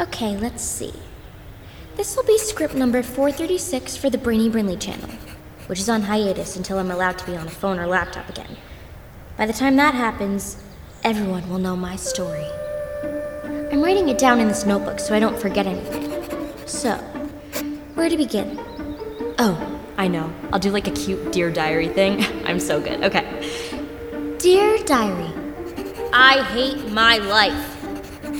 Okay, let's see. This will be script number 436 for the Brainy Brinley channel, which is on hiatus until I'm allowed to be on a phone or laptop again. By the time that happens, everyone will know my story. I'm writing it down in this notebook so I don't forget anything. So, where to begin? Oh, I know. I'll do like a cute Dear Diary thing. I'm so good. Okay. Dear Diary, I hate my life.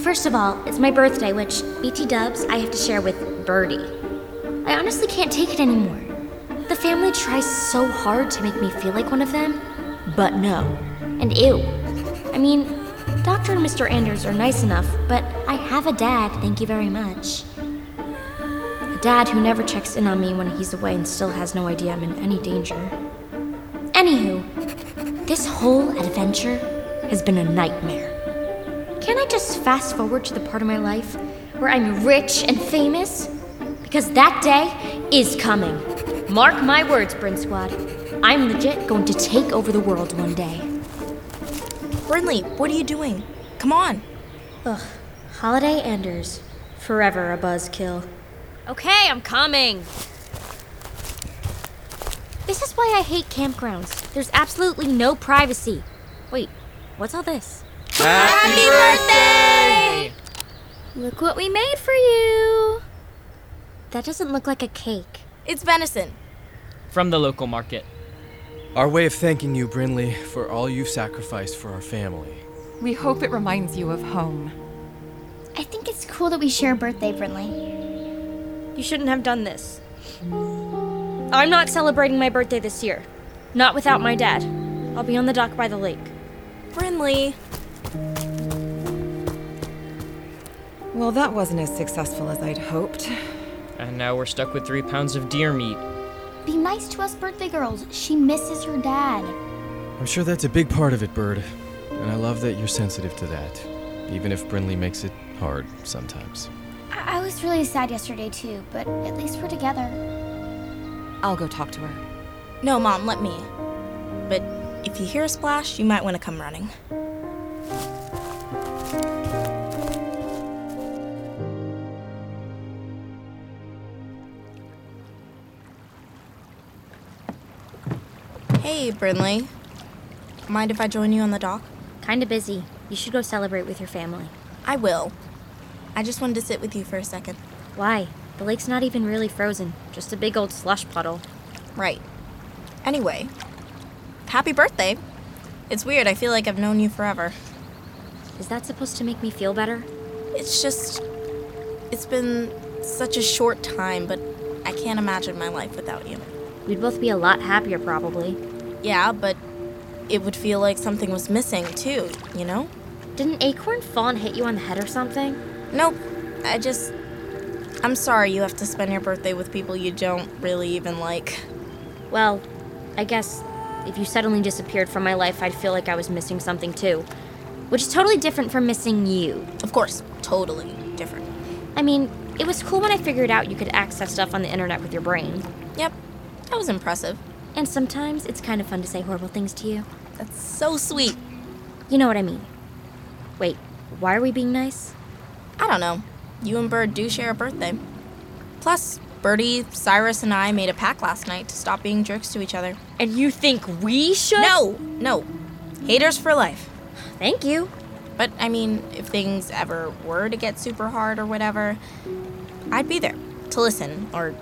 First of all, it's my birthday, which, BT dubs, I have to share with Birdie. I honestly can't take it anymore. The family tries so hard to make me feel like one of them, but no. And ew. I mean, Dr. and Mr. Anders are nice enough, but I have a dad, thank you very much. A dad who never checks in on me when he's away and still has no idea I'm in any danger. Anywho, this whole adventure has been a nightmare. Can I just fast forward to the part of my life where I'm rich and famous? Because that day is coming. Mark my words, Brin Squad. I'm legit going to take over the world one day. Brinley, what are you doing? Come on. Ugh, Holiday Anders. Forever a buzzkill. Okay, I'm coming. This is why I hate campgrounds. There's absolutely no privacy. Wait, what's all this? Happy birthday! Look what we made for you! That doesn't look like a cake. It's venison. From the local market. Our way of thanking you, Brinley, for all you've sacrificed for our family. We hope it reminds you of home. I think it's cool that we share a birthday, Brinley. You shouldn't have done this. I'm not celebrating my birthday this year. Not without my dad. I'll be on the dock by the lake. Brinley, Well, that wasn't as successful as I'd hoped. And now we're stuck with three pounds of deer meat. Be nice to us birthday girls. She misses her dad. I'm sure that's a big part of it, Bird. And I love that you're sensitive to that, even if Brinley makes it hard sometimes. I, I was really sad yesterday, too, but at least we're together. I'll go talk to her. no, Mom, let me. But if you hear a splash, you might want to come running. Hey, Brinley. Mind if I join you on the dock? Kinda busy. You should go celebrate with your family. I will. I just wanted to sit with you for a second. Why? The lake's not even really frozen, just a big old slush puddle. Right. Anyway, happy birthday. It's weird, I feel like I've known you forever. Is that supposed to make me feel better? It's just. It's been such a short time, but I can't imagine my life without you. We'd both be a lot happier, probably. Yeah, but it would feel like something was missing, too, you know? Didn't Acorn fall and hit you on the head or something? Nope. I just. I'm sorry you have to spend your birthday with people you don't really even like. Well, I guess if you suddenly disappeared from my life, I'd feel like I was missing something too. Which is totally different from missing you. Of course, totally different. I mean, it was cool when I figured out you could access stuff on the internet with your brain. Yep, that was impressive. And sometimes it's kind of fun to say horrible things to you. That's so sweet. You know what I mean. Wait, why are we being nice? I don't know. You and Bird do share a birthday. Plus, Birdie, Cyrus, and I made a pact last night to stop being jerks to each other. And you think we should? No, no. Haters for life. Thank you. But I mean, if things ever were to get super hard or whatever, I'd be there to listen or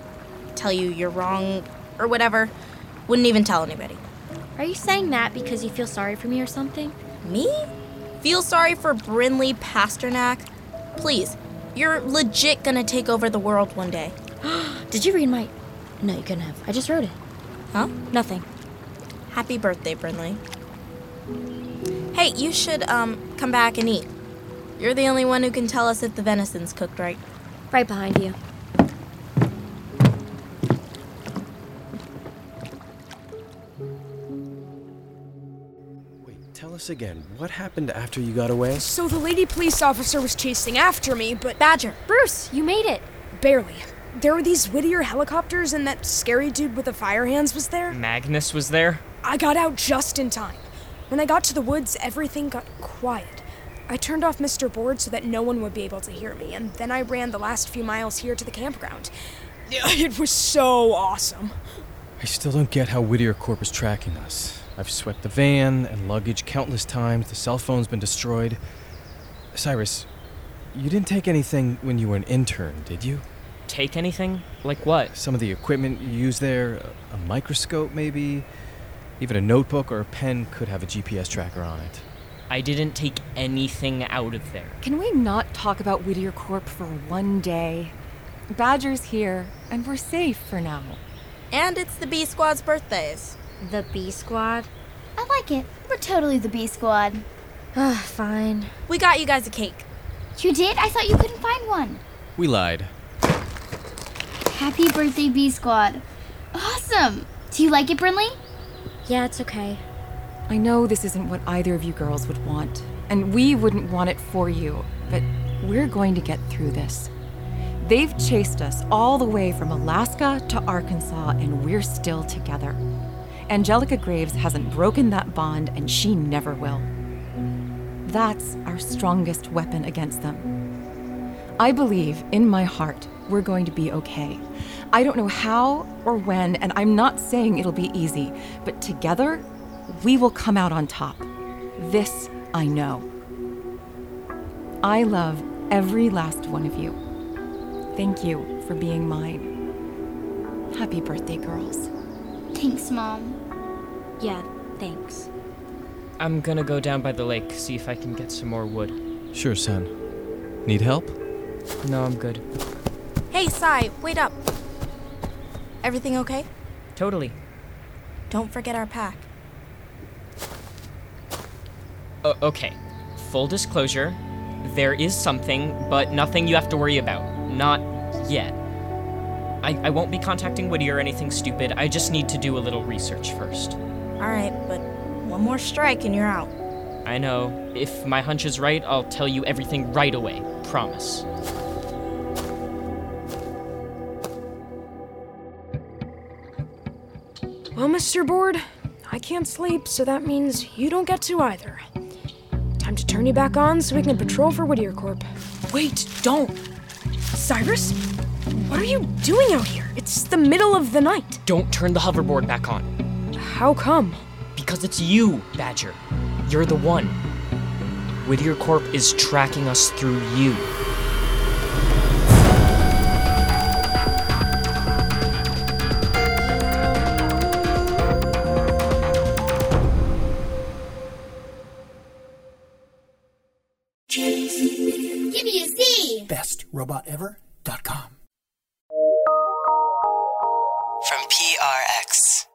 tell you you're wrong or whatever. Wouldn't even tell anybody. Are you saying that because you feel sorry for me or something? Me? Feel sorry for Brinley Pasternak? Please, you're legit gonna take over the world one day. Did you read my. No, you couldn't have. I just wrote it. Huh? Nothing. Happy birthday, Brinley. Hey, you should um come back and eat. You're the only one who can tell us if the venison's cooked right. Right behind you. Wait, tell us again. What happened after you got away? So the lady police officer was chasing after me, but Badger, Bruce, you made it. barely. There were these Whittier helicopters, and that scary dude with the fire hands was there. Magnus was there. I got out just in time. When I got to the woods, everything got quiet. I turned off Mr. Board so that no one would be able to hear me, and then I ran the last few miles here to the campground. It was so awesome. I still don't get how Whittier Corp is tracking us. I've swept the van and luggage countless times. The cell phone's been destroyed. Cyrus, you didn't take anything when you were an intern, did you? Take anything? Like what? Some of the equipment you use there, a- a microscope maybe? Even a notebook or a pen could have a GPS tracker on it. I didn't take anything out of there. Can we not talk about Whittier Corp for one day? Badger's here, and we're safe for now. And it's the B Squad's birthdays. The B Squad? I like it. We're totally the B Squad. Ugh, fine. We got you guys a cake. You did? I thought you couldn't find one. We lied. Happy birthday, B Squad. Awesome. Do you like it, Brinley? Yeah, it's okay. I know this isn't what either of you girls would want, and we wouldn't want it for you, but we're going to get through this. They've chased us all the way from Alaska to Arkansas, and we're still together. Angelica Graves hasn't broken that bond, and she never will. That's our strongest weapon against them. I believe, in my heart, we're going to be okay. I don't know how or when, and I'm not saying it'll be easy, but together, we will come out on top. This I know. I love every last one of you. Thank you for being mine. Happy birthday, girls. Thanks, Mom. Yeah, thanks. I'm gonna go down by the lake, see if I can get some more wood. Sure, son. Need help? No, I'm good. Hey, Sai, wait up. Everything okay? Totally. Don't forget our pack. O- okay. Full disclosure there is something, but nothing you have to worry about. Not yet. I, I won't be contacting Woody or anything stupid. I just need to do a little research first. All right, but one more strike and you're out. I know. If my hunch is right, I'll tell you everything right away. Promise. Well, Mr. Board, I can't sleep, so that means you don't get to either. Time to turn you back on so we can patrol for Whittier Corp. Wait, don't! Cyrus? What are you doing out here? It's the middle of the night. Don't turn the hoverboard back on. How come? Because it's you, Badger. You're the one. Whittier Corp is tracking us through you. Give me a Z. bestrobotever.com. From PRX.